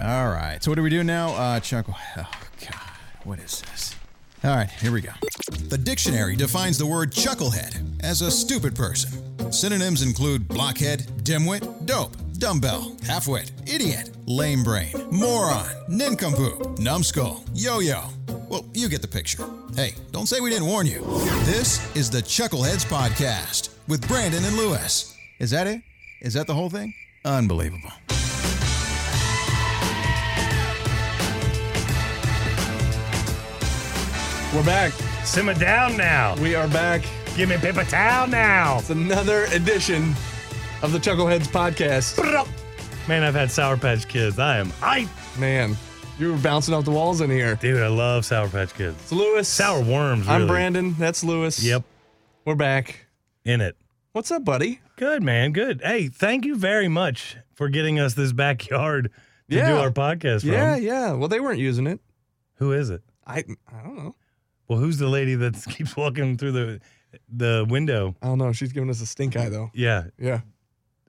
All right. So what do we do now? Uh, Chuck. Oh God, what is this? All right, here we go. The dictionary defines the word chucklehead as a stupid person. Synonyms include blockhead, dimwit, dope, dumbbell, halfwit, idiot, lame brain, moron, nincompoop, numbskull, yo yo. Well, you get the picture. Hey, don't say we didn't warn you. This is the Chuckleheads Podcast with Brandon and Lewis. Is that it? Is that the whole thing? Unbelievable. We're back. Simmer down now. We are back. Give me paper towel now. It's another edition of the Chuckleheads podcast. Man, I've had Sour Patch Kids. I am hype. Man, you were bouncing off the walls in here. Dude, I love Sour Patch Kids. It's Lewis. Sour worms, I'm really. Brandon. That's Lewis. Yep, We're back. in it. What's up, buddy? Good, man. Good. Hey, thank you very much for getting us this backyard to do Yeah. our podcast from. Yeah, yeah. Well, they weren't using it. Who is it? I I don't know. Well, who's the lady that keeps walking through the the window? I don't know. She's giving us a stink eye though. Yeah. Yeah.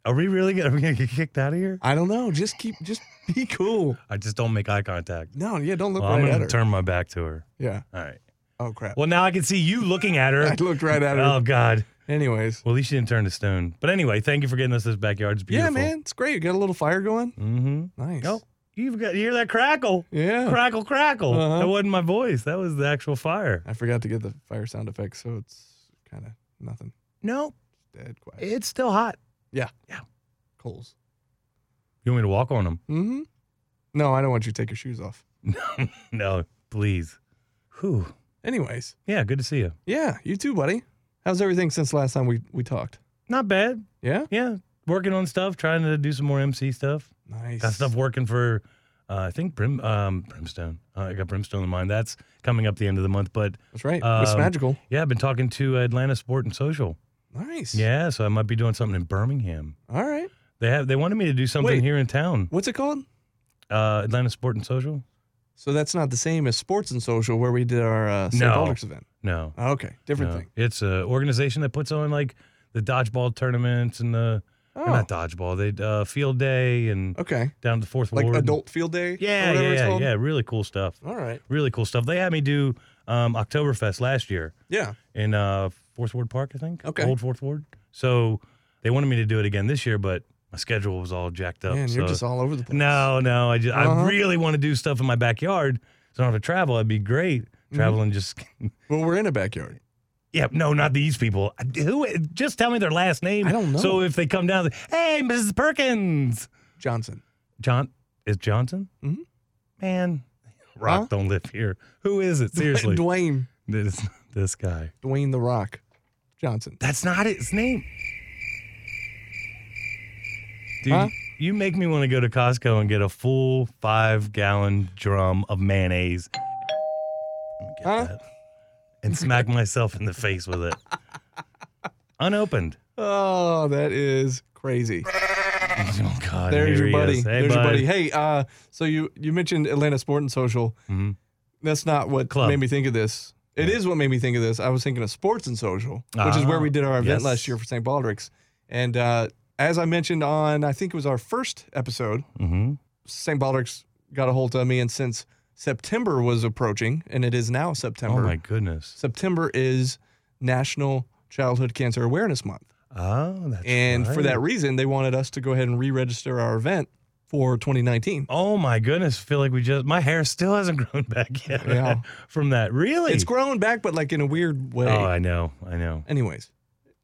Are we really gonna, are we gonna get kicked out of here? I don't know. Just keep just be cool. I just don't make eye contact. No, yeah, don't look Well, right I'm at gonna her. turn my back to her. yeah. All right. Oh crap. Well, now I can see you looking at her. I looked right at her. Oh God. Anyways. Well, at least you didn't turn to stone. But anyway, thank you for getting us this backyard. It's Yeah, beautiful. man. It's great. You got a little fire going? Mm-hmm. Nice. Oh, you've got you hear that crackle, Yeah. crackle, crackle. Uh-huh. That wasn't my voice. That was the actual fire. I forgot to get the fire sound effects, so it's kind of nothing. No, Dead quiet. it's still hot. coals. You want me to walk on them? Mm-hmm. No, I don't want you to take your shoes off. No, please. Whew. Anyways, Yeah, good to see you. yeah, you too, buddy. How's everything since last time we we talked? Not bad. Yeah. Yeah, working on stuff, trying to do some more MC stuff. Nice. Got stuff working for, uh, I think Brim, um, Brimstone. Uh, I got Brimstone in mind. That's coming up the end of the month. But That's right. it's Um, magical. yeah, I've been talking to Atlanta Sport and Social. Nice. Yeah, so I might be doing something in Birmingham. All right. They have they wanted me to do something Wait. here in town. What's it called? Uh, Atlanta Sport and Social? So that's not the same as sports and social where we did our uh, St. No. Patrick's event. No. Oh, okay, different no. thing. It's an organization that puts on like the dodgeball tournaments and the or Oh, not dodgeball, they uh, field day and okay. down to the fourth Uh, Like ward. adult field day. or Yeah, whatever yeah, it's yeah, called? yeah. Really cool stuff. All right. Really cool stuff. They had me do um, Oktoberfest last year Yeah. in uh, Fourth Ward Park, I think. Okay. Old Fourth Ward. So they wanted me to do it again this year, but my schedule was all jacked up. Man, you're so- just all over the place. No, no. I just Uh-huh. I really want to do stuff in my backyard, so I don't have to travel. That'd be great. Mm-hmm. Travel and just Well, we're in a backyard. yeah, no, not these people. Who? Just tell me their last name. I don't know. So if they come down, hey, Mrs. Perkins, Johnson. John is Johnson. Mhm. Man, Rock Huh? don't live here. Who is it? Seriously, Dwayne. this this guy. Dwayne the Rock Johnson. That's not his name. Dude, Huh? you make me want to go to Costco and get a full five gallon drum of mayonnaise. Let me get Huh? that. And smack myself in the face with it. Unopened. Oh, that is crazy. Oh God. There's your here he buddy. is. Hey, There's bud. your buddy. Hey, uh, so you you mentioned Atlanta Sport and Social. Mhm. That's not what Club. made me think of this. It is what made me think of this. I was thinking of Sports and Social, which is where we Ah, did our event yes. last year for St. Baldrick's. And uh, as I mentioned on, I think it was our first episode, Mhm. St. Baldrick's got a hold of me, and since September was approaching, and it is now Oh September. my goodness. September is National Childhood Cancer Awareness Month. Oh, that's And for right. that reason, they wanted us to go ahead and re register our event for 2019. Oh my goodness. Feel like we just my hair still hasn't grown back yet Yeah. from that. Really? It's growing back, but like in a weird way. Oh, I know. I know. anyways,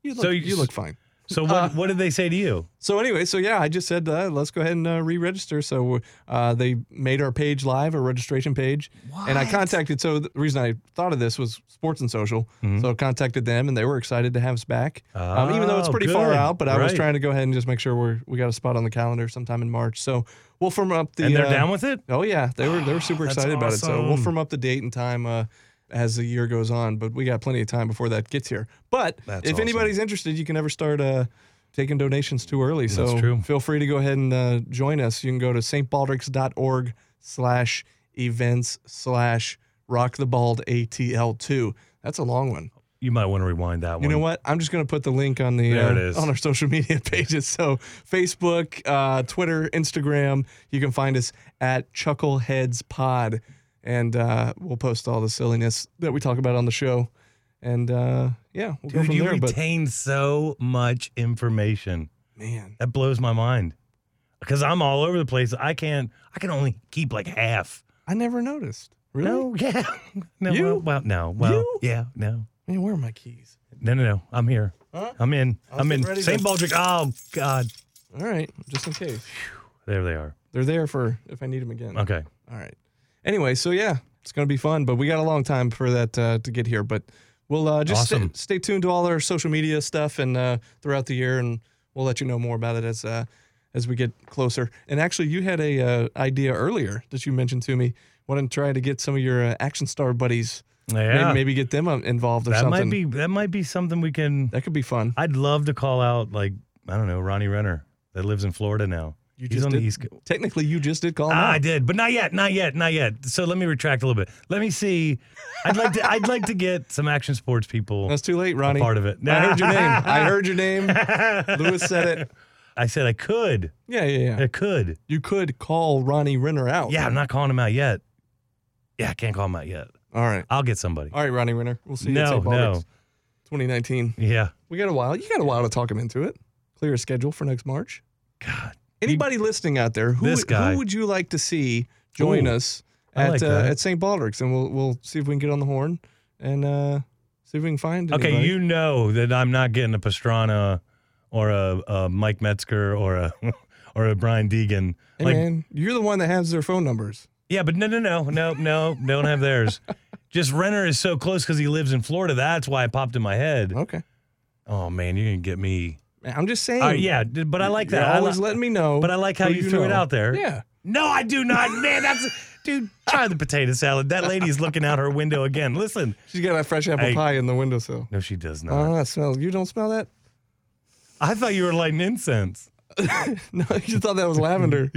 you look, So you you, s- look fine. So what, Uh, what did they say to you? So, anyway, so yeah, I just said, uh, let's go ahead and uh, re register. So, uh, they made our page live, our registration page. And I contacted, so the reason I thought of this was sports and social. Mhm. So, I contacted them and they were excited to have us back. Um, even though it's Oh, pretty far good. out, but I was Right. trying to go ahead and just make sure we are we got a spot on the calendar sometime in March. So we'll firm up the. and they're uh, down with it. Oh yeah, they were they were super That's excited about it. So we'll awesome. firm up the date and time uh, as the year goes on. But we got plenty of time before that gets here. But That's if awesome. anybody's interested, you can never start uh, taking donations too early. So That's true. feel free to go ahead and uh, join us. You can go to stbaldricks.org slash events slash rock the bald ATL two. That's a long one. you might want to rewind that one. You know what? I'm just going to put the link on the There uh, it is. on our social media pages. So Facebook, uh, Twitter, Instagram. You can find us at Chuckleheads Pod, and uh, we'll post all the silliness that we talk about on the show. And uh, yeah, we'll go Dude, from you there. but retain so much information. man, That blows my mind. Because I'm all over the place. I can't. I can only keep like half. I never noticed. Really? No, yeah, no. You? Well, well, no. Well, You? yeah, no. Man, where are my keys? No, no, no. I'm here. Huh? I'm in. I was I'm in. getting ready to- St. Baldrick. Oh God, All right, just in case there they are. they're there for if I need them again. Okay. All right. Anyway, so yeah, it's going to be fun, but we got a long time for that uh, to get here. But we'll uh, just stay- Awesome. stay, tuned to all our social media stuff and uh, throughout the year, and we'll let you know more about it as uh, as we get closer. And actually, you had a uh, idea earlier that you mentioned to me. Wanted to try to get some of your uh, action star buddies, may- Yeah, maybe, get them um, involved or that something. might be. That might be something we can. that could be fun. I'd love to call out like I don't know Ronnie Renner that lives in Florida now. You He's just on did, Oh, the East Coast. Technically, you just did call. them Ah, out. I did, but not yet, not yet, not yet. So let me retract a little bit. Let me see. I'd like to. I'd like to get some action sports people That's too late, a Ronnie. part of it. I heard your name. I heard your name. Lewis said it. I said I could. Yeah, yeah, yeah. I could. You could call Ronnie Renner out. Yeah, I'm not calling him out yet. Yeah, I can't call him out yet. All right. I'll get somebody. All right, Ronnie Renner. We'll see you at No, St. Baldrick's. no. 2019. Yeah. We got a while. You got a while to talk him into it. Clear a schedule for next March. God. Anybody listening out there, who, This would- guy. who would you like to see join Ooh, us I at like uh, that. at St. Baldrick's? And we'll we'll see if we can get on the horn and uh, see if we can find. Okay, anybody. you know that I'm not getting a Pastrana or a, a Mike Metzger or a or a Brian Deegan. Hey, Like, man, you're the one that has their phone numbers. yeah, but no, no, no, no, no, don't have theirs. Just Renner is so close because he lives in Florida. That's why it popped in my head. Okay. Oh man, you're gonna get me. I'm just saying. All right, Uh, yeah, d- but I like You're that. I always li- letting me know. but I like how who you, threw it know. out there. Yeah. No, I do not. Man, that's dude. Try the potato salad. That lady's looking out her window again. Listen. She's got a fresh apple Hey. pie in the windowsill. No, she does not. Oh, that smells. You don't smell that? I thought you were lighting incense. No, you thought that was lavender.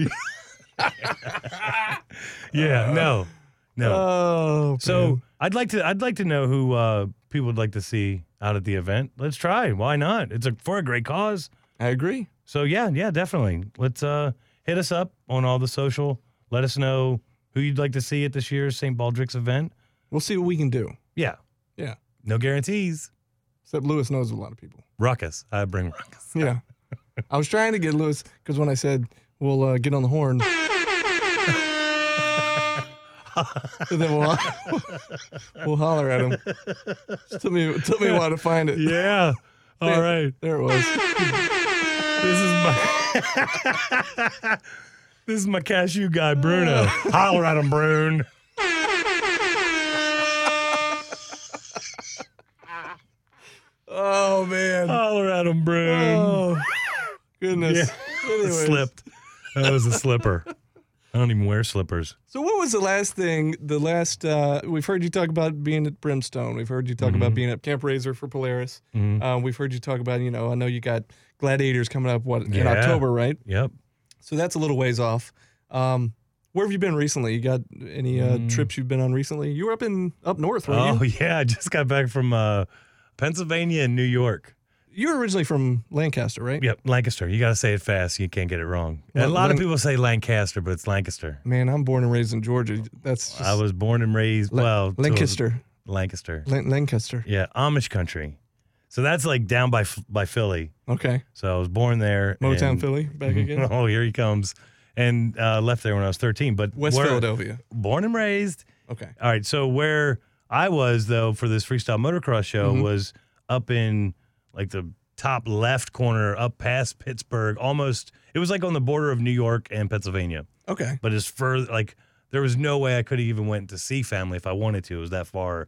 Yeah. no. No. Oh, so man. I'd like to. I'd like to know who uh, people would like to see out at the event. Let's try. Why not? It's a, for a great cause. I agree. So yeah, yeah, definitely. Let's uh, hit us up on all the social. Let us know who you'd like to see at this year's St. Baldrick's event. We'll see what we can do. Yeah. Yeah. No guarantees. Except Lewis knows a lot of people. Ruckus. I bring ruckus. Yeah. I was trying to get Lewis because when I said we'll uh, get on the horn, and then we'll, we'll holler at him. Just took me took me a while to find it. Yeah. All right. There it was. This is my This is my cashew guy, Bruno. Holler at him, Brune. Oh man. Holler at him, Brune. Oh goodness. Anyways. Slipped. That was a slipper. I don't even wear slippers. So what was the last thing? The last uh, we've heard you talk about being at Brimstone. We've heard you talk Mm-hmm. about being at Camp Razor for Polaris. Mhm. Uh, we've heard you talk about you know I know you got Gladiators coming up what in Yeah. October right? Yep. So that's a little ways off. Um, where have you been recently? You got any uh, trips you've been on recently? You were up in up north, weren't Mm. Oh you? yeah, I just got back from uh, Pennsylvania and New York. You were originally from Lancaster, right? Yep, Lancaster. You got to say it fast. You can't get it wrong. Lan- a lot Lan- of people say Lancaster, but it's Lancaster. Man, I'm born and raised in Georgia. That's just I was born and raised. La- well, to- Lancaster, Lancaster. Lan- Lancaster. Yeah, Amish country. So that's like down by F- by Philly. Okay, So I was born there. Motown, and- Philly, back again. oh, here he comes. And uh, left there when I was 13. But West where- Philadelphia. Born and raised. Okay. All right. So where I was, though, for this freestyle motocross show Mm-hmm. was up in like the top left corner, up past Pittsburgh, almost. It was like on the border of New York and Pennsylvania. Okay. But it's further, like, there was no way I could have even went to see family if I wanted to. It was that far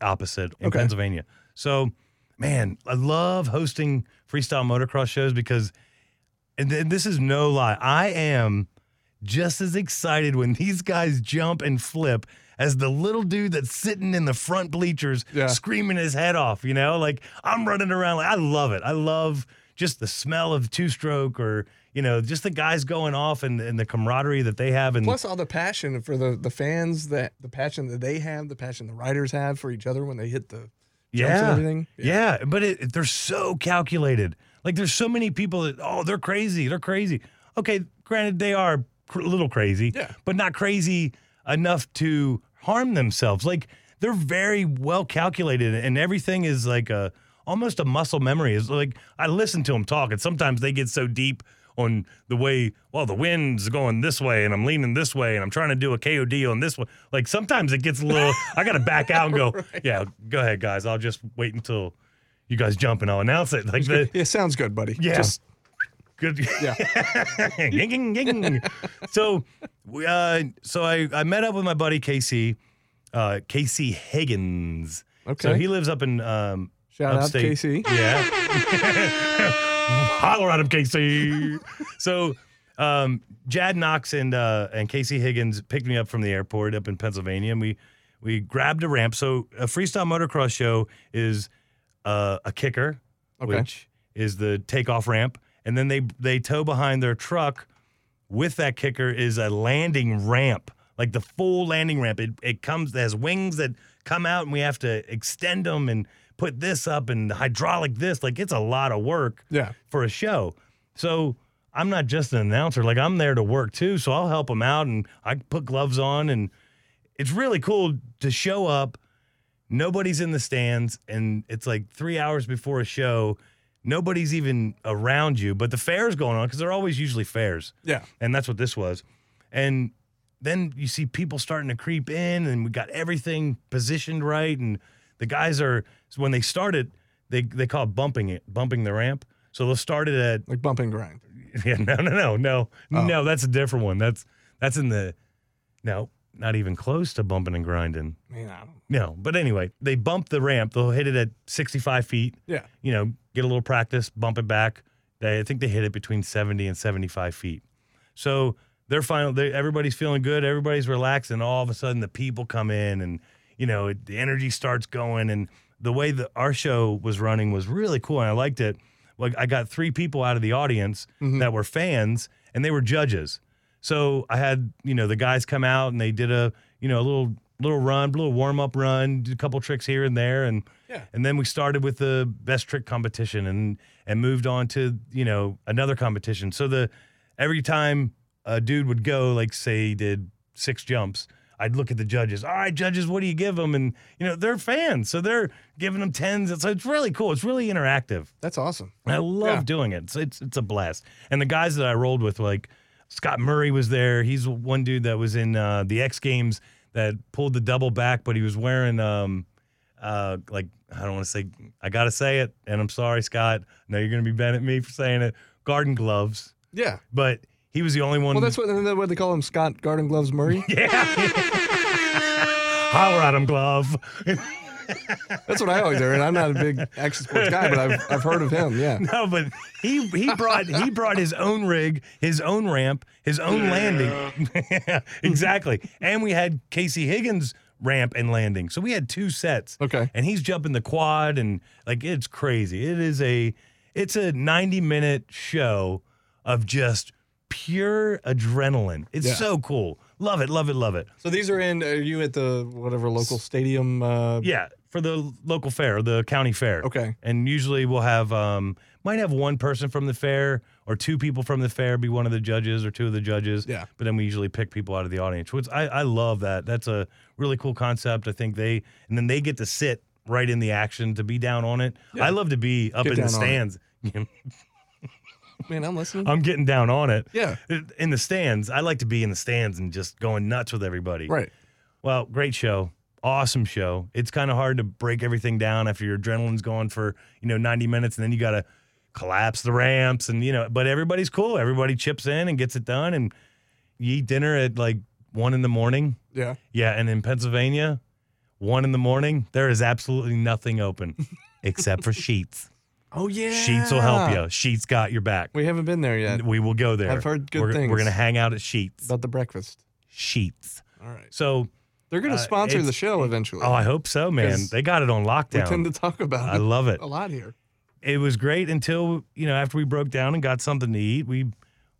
opposite in Okay. Pennsylvania. So, man, I love hosting freestyle motocross shows because, and th- this is no lie, I am just as excited when these guys jump and flip as the little dude that's sitting in the front bleachers Yeah. screaming his head off. You know, like I'm running around. Like I love it. I love just the smell of two stroke or. You know, just the guys going off and, and the camaraderie that they have, and Plus all the passion for the the fans that the passion that they have, the passion the riders have for each other when they hit the jumps and Yeah. everything. Yeah, but it, they're so calculated. Like there's so many people that oh they're crazy, they're crazy. Okay, granted they are cr- a little crazy, Yeah. but not crazy enough to harm themselves. Like they're very well calculated, and everything is like a almost a muscle memory. Is like I listen to them talk, and sometimes they get so deep on the way. Well, the wind's going this way, and I'm leaning this way, and I'm trying to do a KOD on this one. Like sometimes it gets a little. I got to back out and go. Yeah, go ahead, guys. I'll just wait until you guys jump, and I'll announce it. Like the Yeah, sounds good, buddy. Yeah. Just good. Yeah. Ging, ging, ging. so, we, uh, so I, I met up with my buddy KC, uh, KC Higgins. So Okay. he lives up in um, shout upstate. out KC. Yeah. Holler at him, KC. so, um, Jad Knox and uh, and Casey Higgins picked me up from the airport up in Pennsylvania, and we we grabbed a ramp. So, a freestyle motocross show is uh, a kicker, Okay. which is the takeoff ramp, and then they they tow behind their truck. With that kicker is a landing ramp, like the full landing ramp. It it comes it has wings that come out, and we have to extend them and put this up and hydraulic this. Like it's a lot of work Yeah. for a show. So I'm not just an announcer. Like I'm there to work too. So I'll help them out and I put gloves on. And it's really cool to show up. Nobody's in the stands. And it's like three hours before a show. Nobody's even around you. But the fair's going on because they're always usually fairs. Yeah. And that's what this was. And then you see people starting to creep in, and we got everything positioned right. And the guys are so when they started, they they call it bumping it, bumping the ramp. So they'll start it at Like bump and grind. yeah, no, no, no, no, no. That's a different one. That's that's in the no, not even close to bumping and grinding. Man, I don't know. No, but anyway, they bump the ramp. They'll hit it at 65 feet. Yeah. You know, get a little practice, bump it back. They, I think they hit it between 70 and 75 feet. So they're final. They, everybody's feeling good. Everybody's relaxed, and all of a sudden the people come in, and you know it, the energy starts going. And the way that our show was running was really cool, and I liked it. Like I got three people out of the audience that were fans, and they were judges. So I had you know the guys come out, and they did a you know a little little run, little warm up run, did a couple tricks here and there, and Yeah. and then we started with the best trick competition and and moved on to you know another competition so the every time a dude would go like say he did six jumps i'd look at the judges all right judges what do you give them and you know they're fans so they're giving them tens and so it's really cool it's really interactive That's awesome. and I love Yeah. doing it. It's, it's it's a blast. And the guys that I rolled with, like Scott Murray, was there. He's one dude that was in uh, the X Games that pulled the double back, but he was wearing um, uh, like I don't want to say. I gotta say it, and I'm sorry, Scott. No, you're gonna be mad at me for saying it. Garden gloves, Yeah. but he was the only one. Well, that's what, isn't that what they call him, Scott Garden Gloves Murray. holler at him, glove. That's what I always hear, and I'm not a big action sports guy, but I've, I've heard of him. Yeah. No, but he he brought he brought his own rig, his own ramp, his own landing. Yeah, exactly. And we had Casey Higgins ramp and landing. So we had two sets. Okay. And he's jumping the quad and like it's crazy. It is a it's a 90 minute show of just pure adrenaline. It's Yeah. so cool. Love it, love it, love it. So these are in, are you at the whatever local stadium? Uh, Yeah, for the local fair, the county fair. Okay. And usually we'll have um might have one person from the fair or two people from the fair be one of the judges or two of the judges. Yeah. But then we usually pick people out of the audience, which I, I love that. That's a really cool concept. I think they and then they get to sit right in the action to be down on it. I love to be up Get in the down on it. stands. Man, I'm listening. I'm getting down on it. Yeah. In the stands. I like to be in the stands and just going nuts with everybody. right. Well, great show. Awesome show. It's kind of hard to break everything down after your adrenaline's going for, you know, 90 minutes and then you got to collapse the ramps and, you know, but everybody's cool. Everybody chips in and gets it done and you eat dinner at like one in the morning. Yeah. Yeah. And in Pennsylvania, one in the morning, there is absolutely nothing open except for Sheets. Oh yeah. Sheets will help you. Sheets got your back. We haven't been there yet. We will go there. I've heard good we're, things. We're going to hang out at Sheets. About the breakfast. Sheets. All right. So, They're going Uh, to sponsor the it's- show eventually. oh, I hope so, man. 'Cause They got it on we lockdown. tend to talk about I it love it. a lot here. It was great until, you know, after we broke down and got something to eat, we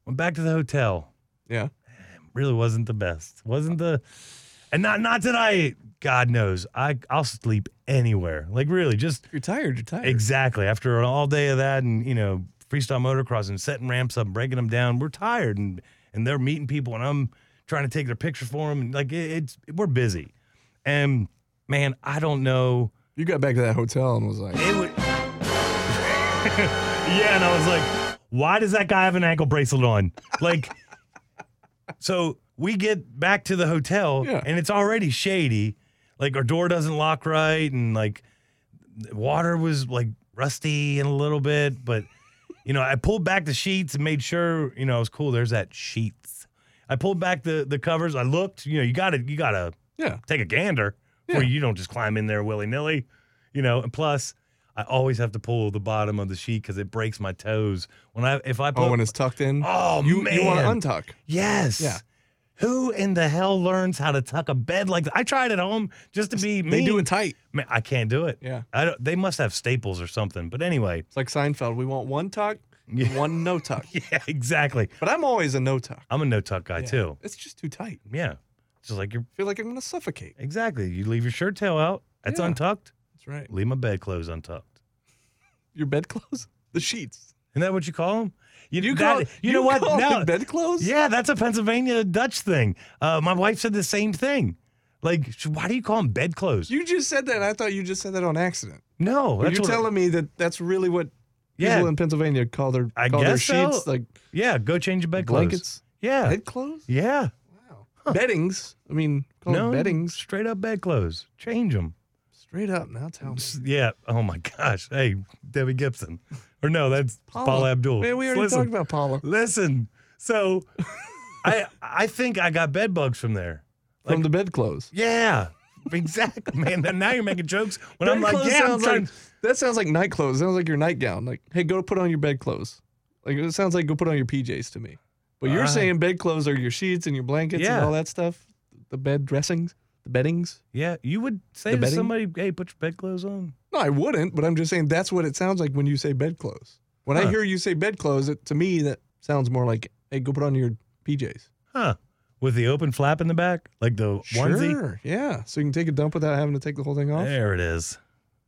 went back to the hotel. Yeah. Really wasn't the best. Wasn't the And not not that I God knows I I'll sleep anywhere. Like really, just If you're tired, you're tired. exactly after an all day of that and you know freestyle motocross and setting ramps up, breaking them down. We're tired and and they're meeting people and I'm trying to take their picture for them. And like it, it's we're busy, and man, I don't know. you got back to that hotel and was like, It would. yeah, and I was like, why does that guy have an ankle bracelet on? Like, so we get back to the hotel Yeah. and it's already shady. Like, our door doesn't lock right, and like, the water was like rusty and a little bit. But, you know, I pulled back the sheets and made sure, you know, I was cool. There's that sheets. I pulled back the the covers. I looked, you know, you gotta, you gotta yeah, take a gander where you don't just climb in there willy nilly, you know. And plus, I always have to pull the bottom of the sheet because it breaks my toes when I if I put. oh, when it's tucked in. Oh, you you want to man. untuck? yes. Yeah. Who in the hell learns how to tuck a bed like that? I tried at home just to be mean. They do it tight. Man, I can't do it. Yeah. I don't, they must have staples or something. But anyway, It's like Seinfeld. We want one tuck, and Yeah. one no tuck. yeah, exactly. But I'm always a no tuck. I'm a no tuck guy Yeah. too. It's just too tight. Yeah, just like you're I feel like I'm gonna suffocate. exactly. You leave your shirt tail out. That's Yeah. untucked. That's right. Leave my bedclothes untucked. Your bedclothes, the sheets. Isn't that what you call them? You, You that- call you know what? call No, them bedclothes? yeah, that's a Pennsylvania Dutch thing. Uh, my wife said the same thing. Like, sh- why do you call them bedclothes? You just said that. and I thought you just said that on accident. no, But that's you're what- telling me that that's really what Yeah, people in Pennsylvania call their I call their guess so. sheets like yeah. Go change your bedclothes. blankets, Yeah, bedclothes. yeah. Wow. Beddings. I mean, call no, it beddings. straight up bedclothes. Change them. Straight up. Now tell me. Yeah. Oh my gosh. Hey, Debbie Gibson. Or no, that's Paula, Abdul. Man, we already Listen. talked about Paula. Listen. So, I I think I got bed bugs from there. From the bedclothes. Yeah. Exactly, man. Now you're making jokes when I'm like, Bedclothes yeah, I'm sounds trying. like, that sounds like night clothes. Sounds like your nightgown. Like, hey, go put on your bedclothes. Like it sounds like go put on your PJs to me. But you're Alright. saying bedclothes are your sheets and your blankets and Uh-huh. Yeah. all that stuff. The bed dressings, the beddings. Yeah, you would say The to bedding? somebody, "Hey, put your bedclothes on." No, I wouldn't. But I'm just saying that's what it sounds like when you say bedclothes. When I Huh. hear you say bedclothes, it, to me that sounds more like, hey, go put on your PJs. Huh? With the open flap in the back, like the onesie. Sure. Yeah. So you can take a dump without having to take the whole thing off. There it is.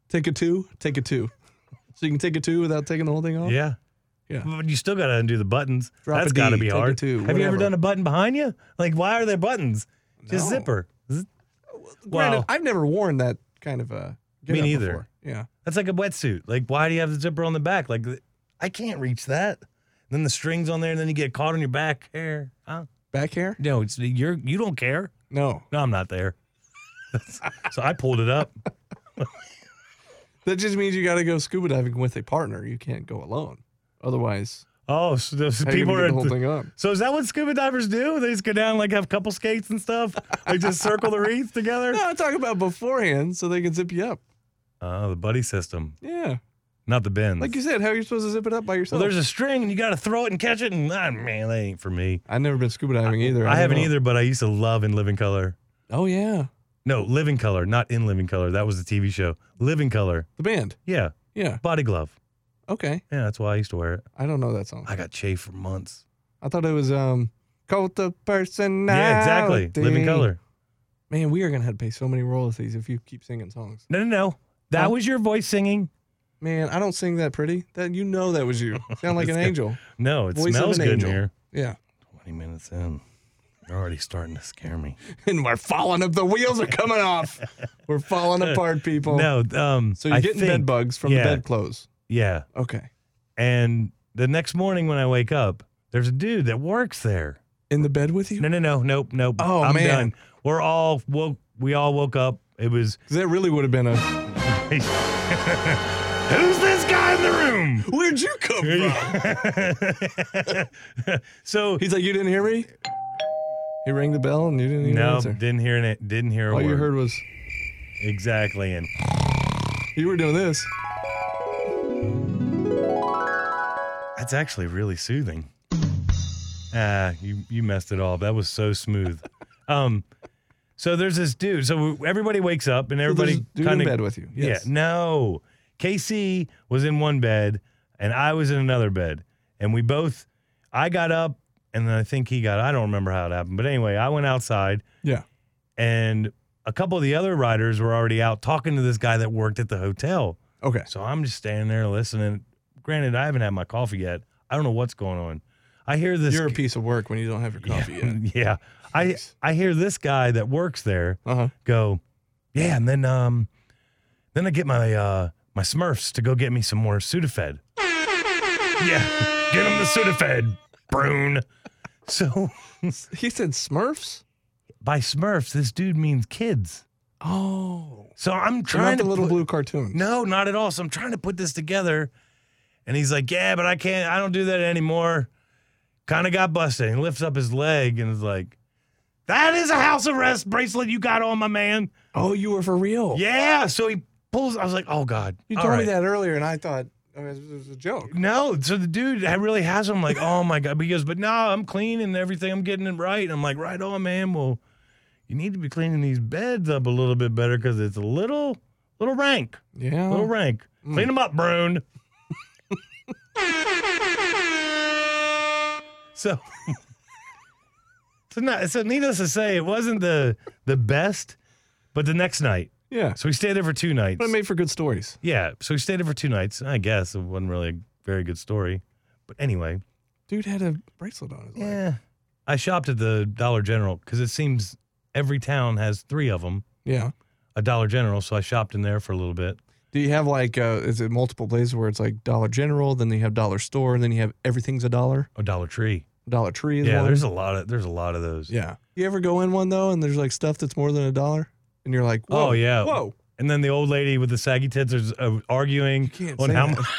Take a two. Take a two. so you can take a two without taking the whole thing off. Yeah. Yeah. But you still got to undo the buttons. Drop That's a got to D, be take a hard. two, Have you whatever. ever done a button behind you? Like, why are there buttons? Just No. zipper. Z- Granted, Well, I've never worn that kind of a. getup neither. Before. Yeah. that's like a wetsuit. Like, why do you have the zipper on the back? Like, th- I can't reach that. Then the strings on there, and then you get caught on your back hair. Huh? Back hair? No, it's you're you don't care. No. No, I'm not there. so I pulled it up. That just means you got to go scuba diving with a partner. You can't go alone. Otherwise, Oh, so those how people you gonna are get at the whole the- thing up. So is that what scuba divers do? They just go down like have couple skates and stuff, like just circle the reef together. No, I'm talking about beforehand so they can zip you up. Oh, the buddy system, Yeah. not the bins. Like you said, how are you supposed to zip it up by well, yourself? there's a string and you got to throw it and catch it, and ah, man, that ain't for me. I've never been scuba diving either. I don't haven't know. either, but I used to love in Living Color. Oh, yeah. No, Living Color, not in Living Color. That was the TV show. Living Color. The band. Yeah, Yeah. body glove. Okay. Yeah, that's why I used to wear it. I don't know that song. I got chafed for months. I thought it was um cult of personality. Yeah, exactly. Living Color. Man, we are gonna have to pay so many royalties if you keep singing songs. No, no, no. That Huh? was your voice singing. Man, I don't sing that pretty. That you know that was you. Sound like an angel. No, it Voice of smells an good in angel. here. Yeah. 20 minutes in. You're already starting to scare me. And we're falling up. The wheels are coming off. We're falling apart, people. No, um, So you're I getting think- bed bugs from yeah. the bedclothes. Yeah, Okay. and the next morning when I wake up, there's a dude that works there. In the bed with you? No, no, no, nope, nope. Oh, I'm man. done. We're all woke. We all woke up. It was 'Cause that really would have been a. who's this guy in the room? Where'd you come so He's like, you didn't hear me. He rang the bell and you didn't even no, answer. didn't hear it. Didn't hear a All word. you heard was exactly. And you were doing this. that's actually really soothing. Ah, you you messed it all. up. That was so smooth. um, so there's this dude. So everybody wakes up and So there's everybody a dude kind in of bed with you. Yes. Yeah. No. KC was in one bed and I was in another bed. And we both I got up and then I think he got I don't remember how it happened. But anyway, I went outside Yeah. And a couple of the other riders were already out talking to this guy that worked at the hotel. Okay. So I'm just standing there listening. Granted, I haven't had my coffee yet. I don't know what's going on. I hear this. You're a piece of work when you don't have your coffee yeah, yet. yeah. I Jeez. I hear this guy that works there Uh huh. go, yeah, and then um, then I get my uh my Smurfs to go get me some more Sudafed. yeah, get him the Sudafed, Brune. So He said Smurfs. by Smurfs, this dude means kids. Oh, So I'm so not trying the to little put- blue cartoons. No, not at all. So I'm trying to put this together. And he's like, Yeah, but I can't, I don't do that anymore. Kind of got busted. And he lifts up his leg and is like, That is a house arrest bracelet you got on, my man. Oh, you were for real. Yeah. So he pulls, I was like, Oh God. You All told me right. that earlier, and I thought I mean, it was a joke. No, so the dude I really has him like, oh my god. But he goes, but no, I'm clean and everything. I'm getting it right. And I'm like, right on, man. Well, you need to be cleaning these beds up a little bit better because it's a little, little rank. Yeah. Little rank. Clean Mm. them up, Brune. so, so, not, so needless to say, it wasn't the the best, but the next night. Yeah. So we stayed there for two nights. But it made for good stories. yeah, so we stayed there for two nights. I guess it wasn't really a very good story, but anyway. Dude had a bracelet on his leg. Yeah, I shopped at the Dollar General because it seems every town has three of them. Yeah. A Dollar General, so I shopped in there for a little bit. Do you have like, uh, is it multiple places where it's like Dollar General, then you have Dollar Store, and then you have everything's a dollar? Oh, Dollar Tree. Dollar Tree is yeah, one. there's a lot of there's a lot of those. yeah. You ever go in one though, and there's like stuff that's more than a dollar, and you're like, whoa, Oh, yeah. whoa, And then the old lady with the saggy tits is uh, arguing can't on say how that. much.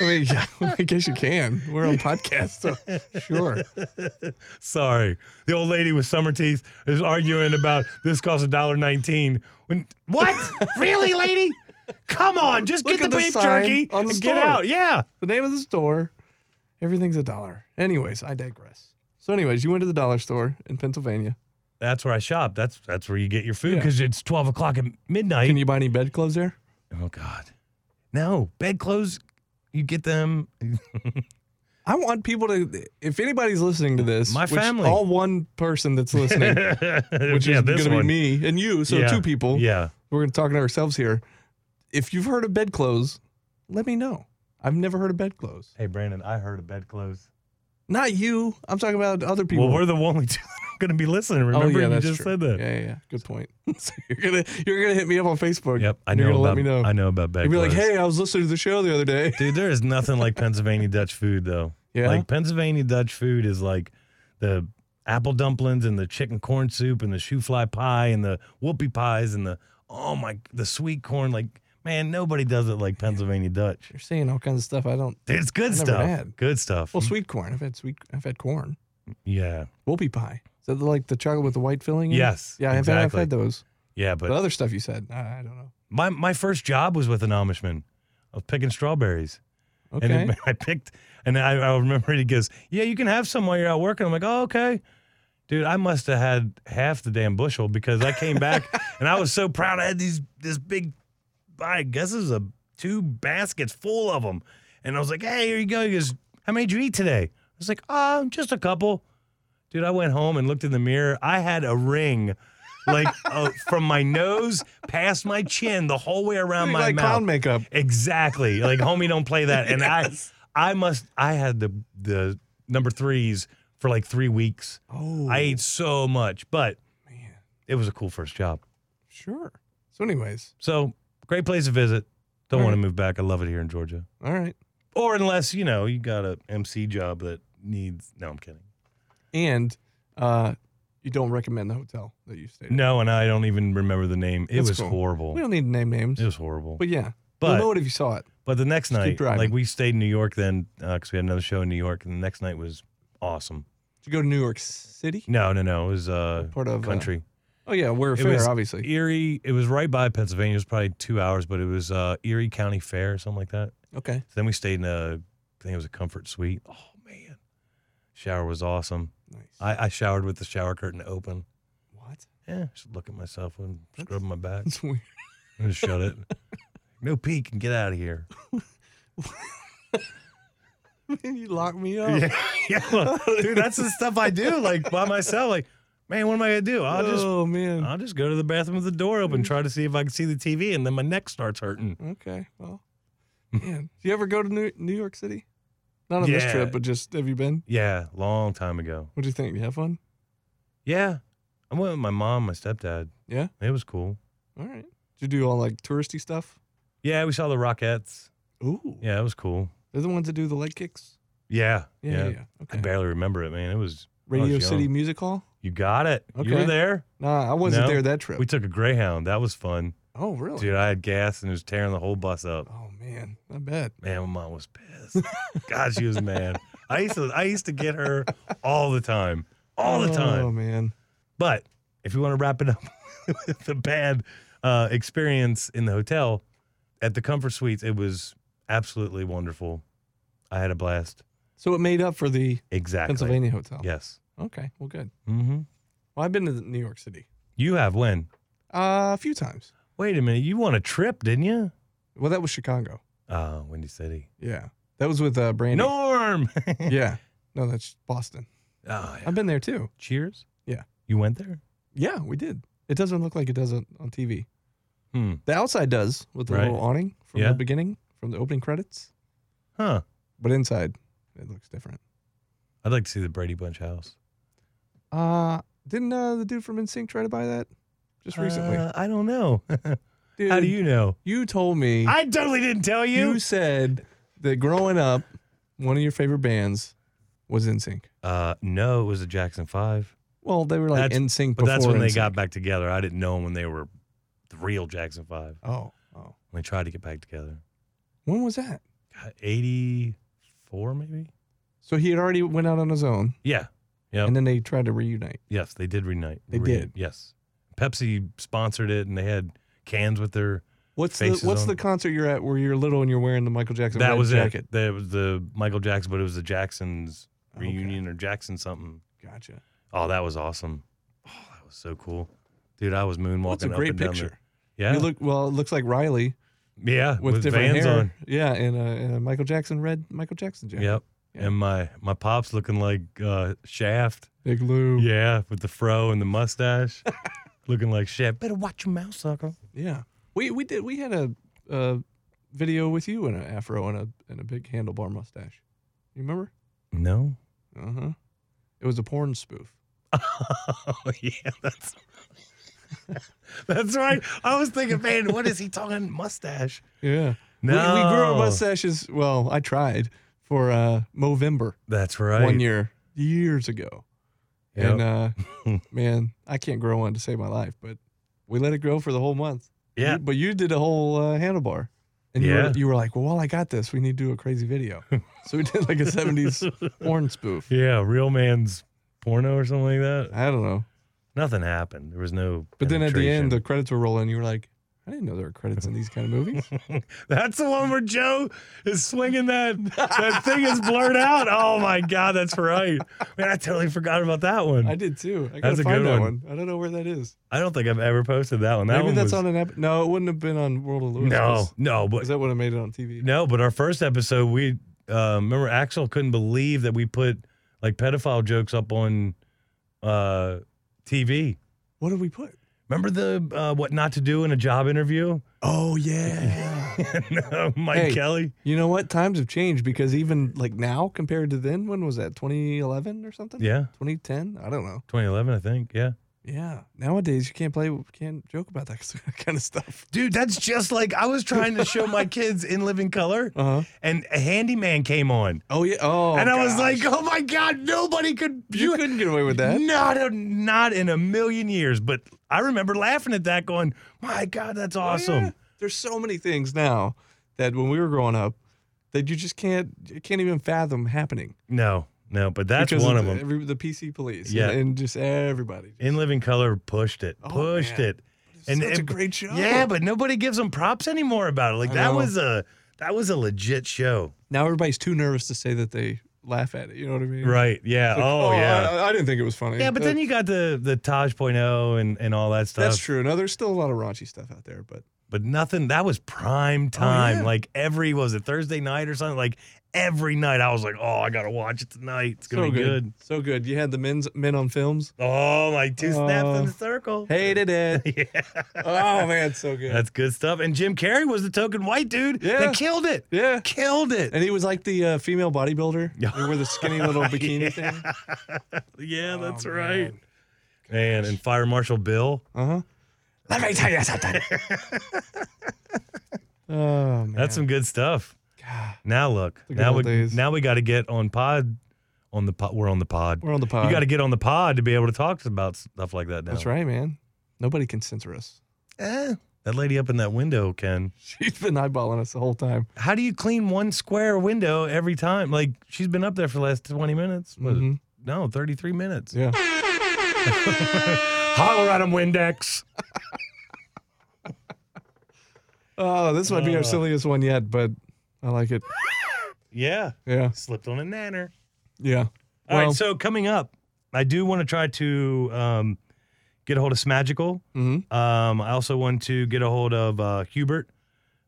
I mean, yeah, I guess you can. We're on podcast, so sure. Sorry, the old lady with summer teeth is arguing about this costs a dollar nineteen. When what? really, lady? Come on, just Look get at the the beef sign jerky on the and get store. out. Yeah. The name of the store, everything's a dollar. Anyways, I digress. So, anyways, you went to the dollar store in Pennsylvania. That's where I shop. That's that's where you get your food Yeah. because it's twelve o'clock at midnight. Can you buy any bedclothes there? oh God, no bedclothes. You get them. I want people to. If anybody's listening to this, My which family. all one person that's listening, which Which is going to be me and you, so Yeah. two people. Yeah. We're going to talk to ourselves here. If you've heard of bedclothes, let me know. I've never heard of bedclothes. Hey Brandon, I heard of bedclothes. Not you. I'm talking about other people. Well, we're the only two going to be listening. Oh, Remember, yeah, you that's just true. said that. Yeah, yeah, yeah. Good point. so you're gonna you're gonna hit me up on Facebook. Yep, I You're know. gonna let About, me know. I know about bedclothes. You'd be like, hey, I was listening to the show the other day. Dude, there is nothing like Pennsylvania Dutch food though. Yeah? Like Pennsylvania Dutch food is like the apple dumplings and the chicken corn soup and the shoe fly pie and the whoopie pies and the oh my the sweet corn. Like, man, nobody does it like Pennsylvania Dutch. You're saying all kinds of stuff I don't. Dude, it's good I never stuff. had. Good stuff. Well, sweet corn. I've had sweet. I've had corn. yeah. Whoopie pie. Is that like the chocolate with the white filling? in it? Yes, Mm-hmm. Yeah, I've, had, I've exactly. had those. Yeah, the but other stuff you said, I, I don't know. my, my first job was with an Amishman. I was picking strawberries. Okay. And it, I picked, and I, I remember he goes, "Yeah, you can have some while you're out working." I'm like, "Oh, okay." Dude, I must have had half the damn bushel because I came back and I was so proud. I had these this big, I guess it was a two baskets full of them, and I was like, "Hey, here you go." He goes, "How many did you eat today?" I was like, "Oh, just a couple." Dude, I went home and looked in the mirror. I had a ring, like uh, from my nose past my chin, the whole way around You my like mouth. clown makeup. Exactly. Like, homie, don't play that. And I, I must. I had the the number threes for like three weeks. Oh, I ate so much, but man. it was a cool first job. Sure. So, anyways, So great place to visit. Don't All want to right. move back. I love it here in Georgia. all right. Or unless you know you got a MC job that needs. No, I'm kidding. And uh, you don't recommend the hotel that you stayed. at. No, and I don't even remember the name. It That's was cool. horrible. We don't need to name names. It was horrible. But yeah, But- you'll know it if you saw it. But the next Just keep night, driving. like we stayed in New York then because we had another show in New York, and the next night was awesome. Did you go to New York City? No, no, no. It was uh, Part of uh, country. oh yeah, we're It fair, was e obviously. Erie. It was right by Pennsylvania. It was probably two hours, but it was uh, Erie County Fair or something like that. Okay. So then we stayed in a, I think it was a comfort suite. Oh man, shower was awesome. Nice. I, I showered with the shower curtain open. what? Yeah, just look at myself and scrubbing my back That's weird. and just shut it. No peek and get out of here. you locked me up. Yeah, yeah, well, dude, that's the stuff I do like by myself. Like, man, what am I gonna do? I'll just oh man. I'll just go to the bathroom with the door open, try to see if I can see the TV, and then my neck starts hurting. okay. Well. Man, do you ever go to New, New York City? Not on this Yeah. trip, but just have you been? Yeah, long time ago. What do you think? you have fun? Yeah, I went with my mom, my stepdad. Yeah? it was cool. All right. Did you do all like touristy stuff? Yeah, we saw the Rockettes. Ooh. Yeah, it was cool. They're the ones that do the leg kicks. Yeah, Yeah. yeah. yeah, I Okay. barely remember it, man. It was Radio was City young. Music Hall? you got it. You Okay. were there. Nah, I wasn't No. there that trip. We took a Greyhound. That was fun, oh, really? dude. I had gas and it was tearing the whole bus up. Oh man, I bet. Man, my mom was pissed. God, she was mad. I used to I used to get her all the time, all the Oh time. man. But if you want to wrap it up with the bad uh, experience in the hotel at the Comfort Suites, it was absolutely wonderful. I had a blast. So it made up for the Exactly. Pennsylvania hotel. Yes. Okay. Well, good. Mm-hmm. Well, I've been to New York City You have when? uh, a few times. Wait a minute. You won a trip, didn't you? Well, that was Chicago. Uh, Windy City. Yeah, that was with uh, Brandy. Norm. oh, Yeah. No, that's Boston. yeah. I've been there too. Cheers. Yeah. You went there. Yeah, we did. It doesn't look like it does on on TV. Hmm. The outside does with the Right. little awning from Yeah. the beginning, from the opening credits, Huh. but inside it looks different. I'd like to see the Brady Bunch house. Uh, didn't uh, the dude from NSYNC try to buy that just recently? Uh, I don't know. dude, How do you know? You told me. I totally didn't tell you said that growing up, one of your favorite bands was NSYNC. Uh, no, it was the Jackson Five. Well, they were like That's- NSYNC But before that's when they NSYNC. got back together. I didn't know 'em when they were the real Jackson Five. Oh, oh. When they tried to get back together. When was that? Eighty four, maybe. So he had already went out on his own, Yeah. Yep. and then they tried to reunite. yes, they did reunite. They Reun- did. Yes. Pepsi sponsored it, and they had cans with their. What's Faces the What's on. the concert you're at where you're little and you're wearing the Michael Jackson that red was jacket? it. That was the Michael Jackson, but it was the Jacksons Okay. reunion or Jackson something. Gotcha. Oh, that was awesome. Oh, that was so cool. Dude, I was moonwalking Well, that's a up great and down picture. The, yeah. You look well. It looks like Riley yeah. with, different Vans hair. on. Yeah, and a, and a Michael Jackson red Michael Jackson jacket. Yep. Yeah. And my my pops looking like uh, Shaft. Big Lou. Yeah, with the fro and the mustache. looking like Shaft. Better watch your mouth, sucker. Yeah, we we did. We had a, a video with you in an afro and a and a big handlebar mustache. You remember? No. Uh huh. It was a porn spoof. Oh yeah, that's That's right. I was thinking, man, what is he talking mustache? Yeah. We, No. we grew our mustaches. Well, I tried for uh Movember That's right. one year years ago, Yep. and uh man, I can't grow one to save my life, but we let it grow for the whole month. You- yeah. but you did a whole uh, handlebar. And you, Yeah. were, you were like, well, while I got this, we need to do a crazy video. so we did like a 70s porn spoof. Yeah, real man's porno or something like that. I don't know. Nothing happened. There was no. But then at the end, the penetration. credits were rolling. You were like, I didn't know there were credits in these kind of movies. that's the one where Joe is swinging that that thing is blurred out. Oh my God, that's right. Man, I totally forgot about that one. I I, did too. I That's gotta a find good that one. one. I don't know where that is. don't think I've ever posted that one. That Maybe one that's was, on an ep- No, it wouldn't have been on World of Lewis. No, no, Because but that would have made it on TV. no, but our first episode, we uh, remember Axel couldn't believe that we put like pedophile jokes up on uh, TV. What did we put? Remember the uh, what not to do in a job interview? Oh, yeah. Mike Hey. Kelly. you know what? Times have changed because even like now compared to then, when was that? 2011 or something? Yeah, 2010? I don't know. 2011, I think. Yeah. Yeah. Nowadays, you can't play, can't joke about that kind of stuff. Dude, that's just like I was trying to show my kids in living color, Uh huh. and a handyman came on, Oh yeah. Oh. and I was gosh. like, "Oh my god, nobody could you, couldn't get away with that. not a, not in a million years." But I remember laughing at that, going, "My god, that's Oh, yeah. awesome." There's so many things now that when we were growing up, that you just can't, you can't even fathom happening. No, no, but that's because one of the, them. Every, the PC police. Yeah. And, and just everybody. In living color pushed it, Oh, pushed man. it, and Such a it- great show. Yeah, but nobody gives them props anymore about it. Like I that know. was a that was a legit show, Now everybody's too nervous to say that they laugh at it. You know what I mean? right? Yeah. It's like, oh, yeah. I, I didn't think it was funny. Uh, Yeah, but then you got the the Taj.0 and and all that stuff. That's true. No, there's still a lot of raunchy stuff out there, but but nothing. That was prime time. Oh, yeah. Like every was it Thursday night or something? Like every night, I was like, oh, I gotta watch it tonight. It's gonna so be good. good. So good. You had the men's men on films. Oh, like two snaps in the circle. Hated it. yeah, oh man, so good. that's good stuff. And Jim Carrey was the token white dude. Yeah. that killed it. yeah. Killed it. And he was like the uh, female bodybuilder. Yeah. They wore the skinny little bikini thing. Yeah, that's Oh, right. Man, and Fire Marshal Bill. Uh huh. Let me tell you something. oh man. That's some good stuff. God. Now look, The good now we old days. now we got to get on pod, on the pod. We're on the pod. We're on the pod. You got to get on the pod to be able to talk about stuff like that. Now. That's right, man. Nobody can censor us. Eh, that lady up in that window, Ken. She's been eyeballing us the whole time. How do you clean one square window every time? Like she's been up there for the last twenty minutes. What- Mhm. No, thirty-three minutes. Yeah. Holler at him, Windex. Oh, this might be Uh. our silliest one yet, but I like it. Yeah, Yeah. slipped on a nanner. Yeah. All right, Well- so coming up, I do want to try to um, get a hold of Smagical. hmm Um, I also want to get a hold of uh, Hubert,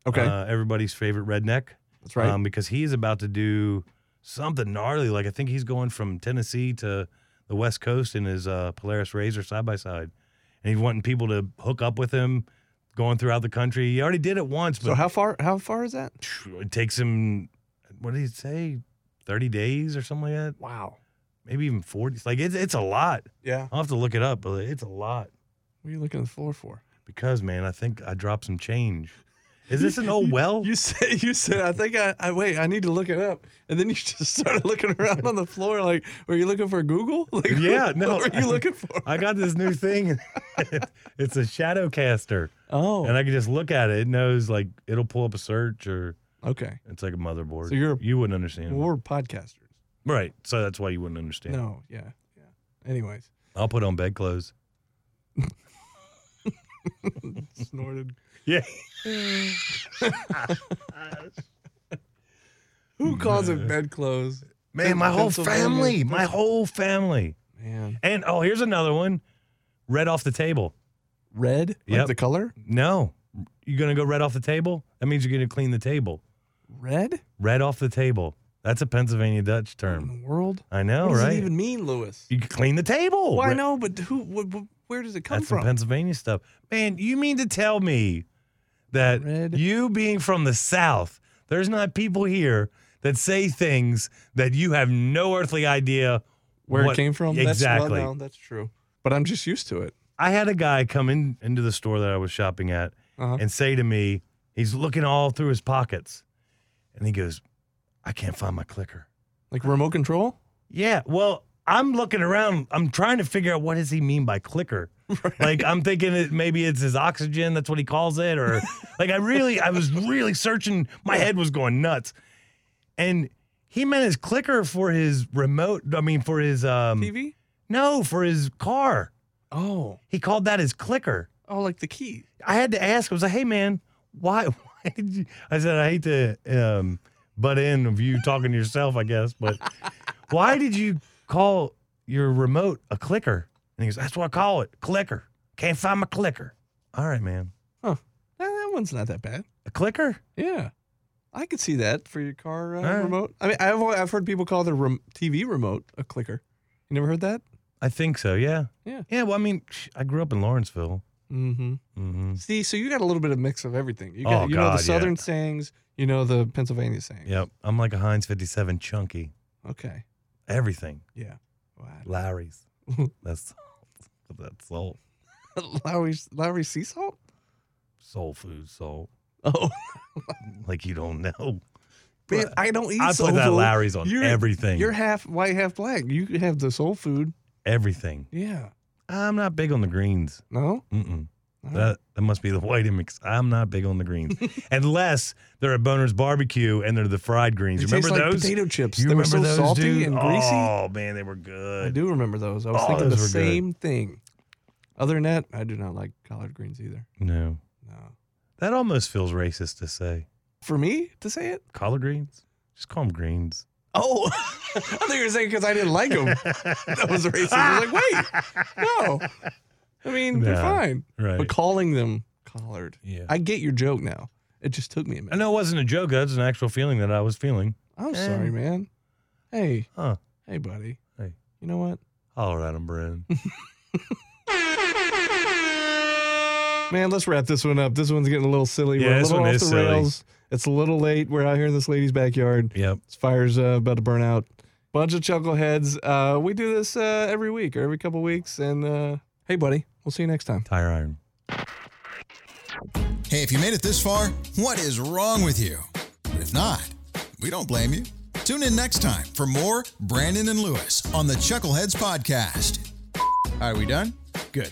Okay. uh, everybody's favorite redneck, That's right. um, because he is about to do something gnarly. Like I think he's going from Tennessee to the West Coast in his uh, Polaris Razor side by side, and he's wanting people to hook up with him, going throughout the country. He already did it once, so but how far how far is that? it takes him. What did he say? Thirty days or something like that. Wow. Maybe even forty. Like it's it's a lot. Yeah. I'll have to look it up, but it's a lot What are you looking at the floor for? because man, I think I dropped some change. Is this an old well? You said you said I think I, I wait, I need to look it up. And then you just started looking around on the floor like, were you looking for Google? Like Yeah, what, no, What were I- you looking for? I got this new thing. it's a Shadowcaster, Oh. and I can just look at it. It knows like it'll pull up a search, or okay. it's like a motherboard. So you're- you wouldn't understand, Well, we're podcasters. right? So that's why you wouldn't understand. No, yeah. Yeah. Anyways. I'll put on bedclothes. Snorted. Yeah, Who calls it bedclothes? man, my whole Pennsylvania. family, my whole family, Man. and oh, here's another one. Red off the table. Red? Like Yep. the color? No, you're gonna go red off the table. That means you're gonna clean the table. Red? Red off the table. That's a Pennsylvania Dutch What term. in the world? I know, what does right? it even mean, Lewis? you can clean the table. Well, I Red- know, but who? Wh- wh- where does it come That's from? some Pennsylvania stuff. Man, you mean to tell me that Red. you being from the South, there's not people here that say things that you have no earthly idea where what- it came from? That's, Exactly. well, no, that's true. But I'm just used to it. I had a guy come in into the store that I was shopping at Uh-huh. and say to me, he's looking all through his pockets, and he goes, "I can't find my clicker." Like remote control? Yeah, well, I'm looking around. I'm trying to figure out what does he mean by clicker. Like I'm thinking it maybe it's his oxygen. That's what he calls it, or like I really, I was really searching. My head was going nuts, and he meant his clicker for his remote. I mean, for his um, TV? no, for his car. Oh. He called that his clicker. Oh, like the key. I had to ask. I was like, "Hey, man, why? Why did you?" I said, "I hate to um, butt in of you talking to yourself, I guess, but why did you call your remote a clicker?" And he goes, "That's what I call it, clicker. Can't find my clicker." All right, man, Eh, that one's not that bad. a clicker. Yeah. I could see that for your car uh, All right. remote. I mean, I've, al- I've heard people call their rem- TV remote a clicker. You never heard that? I think so. Yeah. Yeah. Yeah. Well, I mean, psh, I grew up in Lawrenceville. Mm-hmm. Mm-hmm. See, so you got a little bit of mix of everything. You got Oh, you know God, the yeah. southern sayings, you know the Pennsylvania sayings. Yep. I'm like a Heinz 57 chunky. Okay. Everything. Yeah. Wow. Lowry's. That's that's soul Lowry Lowry sea salt? soul food soul. Oh. Like you don't know. Man, I don't eat I soul put that food. Larry's on You're- everything. You're half white, half black. You could have the soul food. everything. Yeah. I'm not big on the greens. No? Mm-mm. All right. That that must be the white mix. I'm not big on the greens, unless they're at Boner's Barbecue and they're the fried They greens. taste remember like those? potato chips. you they were remember so those, salty dude? and greasy. Oh man, they were good. I do remember those. I was Oh, thinking the those were good. same thing. Other than that, I do not like collard greens either. No, No. that almost feels racist to say. For me to say it? Collard greens? Just call them greens. Oh, I thought you were saying because I didn't like them. that was racist. I was like, wait, no. I mean, they're No. fine. Right. But calling them collared. Yeah. I get your joke now. It just took me a I minute. know it wasn't a joke. That's an actual feeling that I was feeling. I'm sorry, man. Hey, eh. Huh. hey, buddy. Hey. You know what? Holler at him, Bren. Man, let's wrap this one up. This one's getting a little silly. Yeah, We're a this little one off is the silly. rails. It's a little late. We're out here in this lady's backyard. yep. This fire's uh, about to burn out. Bunch of chuckleheads. Uh, we do this uh, every week or every couple weeks. And uh, hey, buddy, we'll see you next time. Tire iron. Hey, if you made it this far, what is wrong with you? But if not, we don't blame you. Tune in next time for more Brandon and Lewis on the Chuckleheads Podcast. Are we done? Good.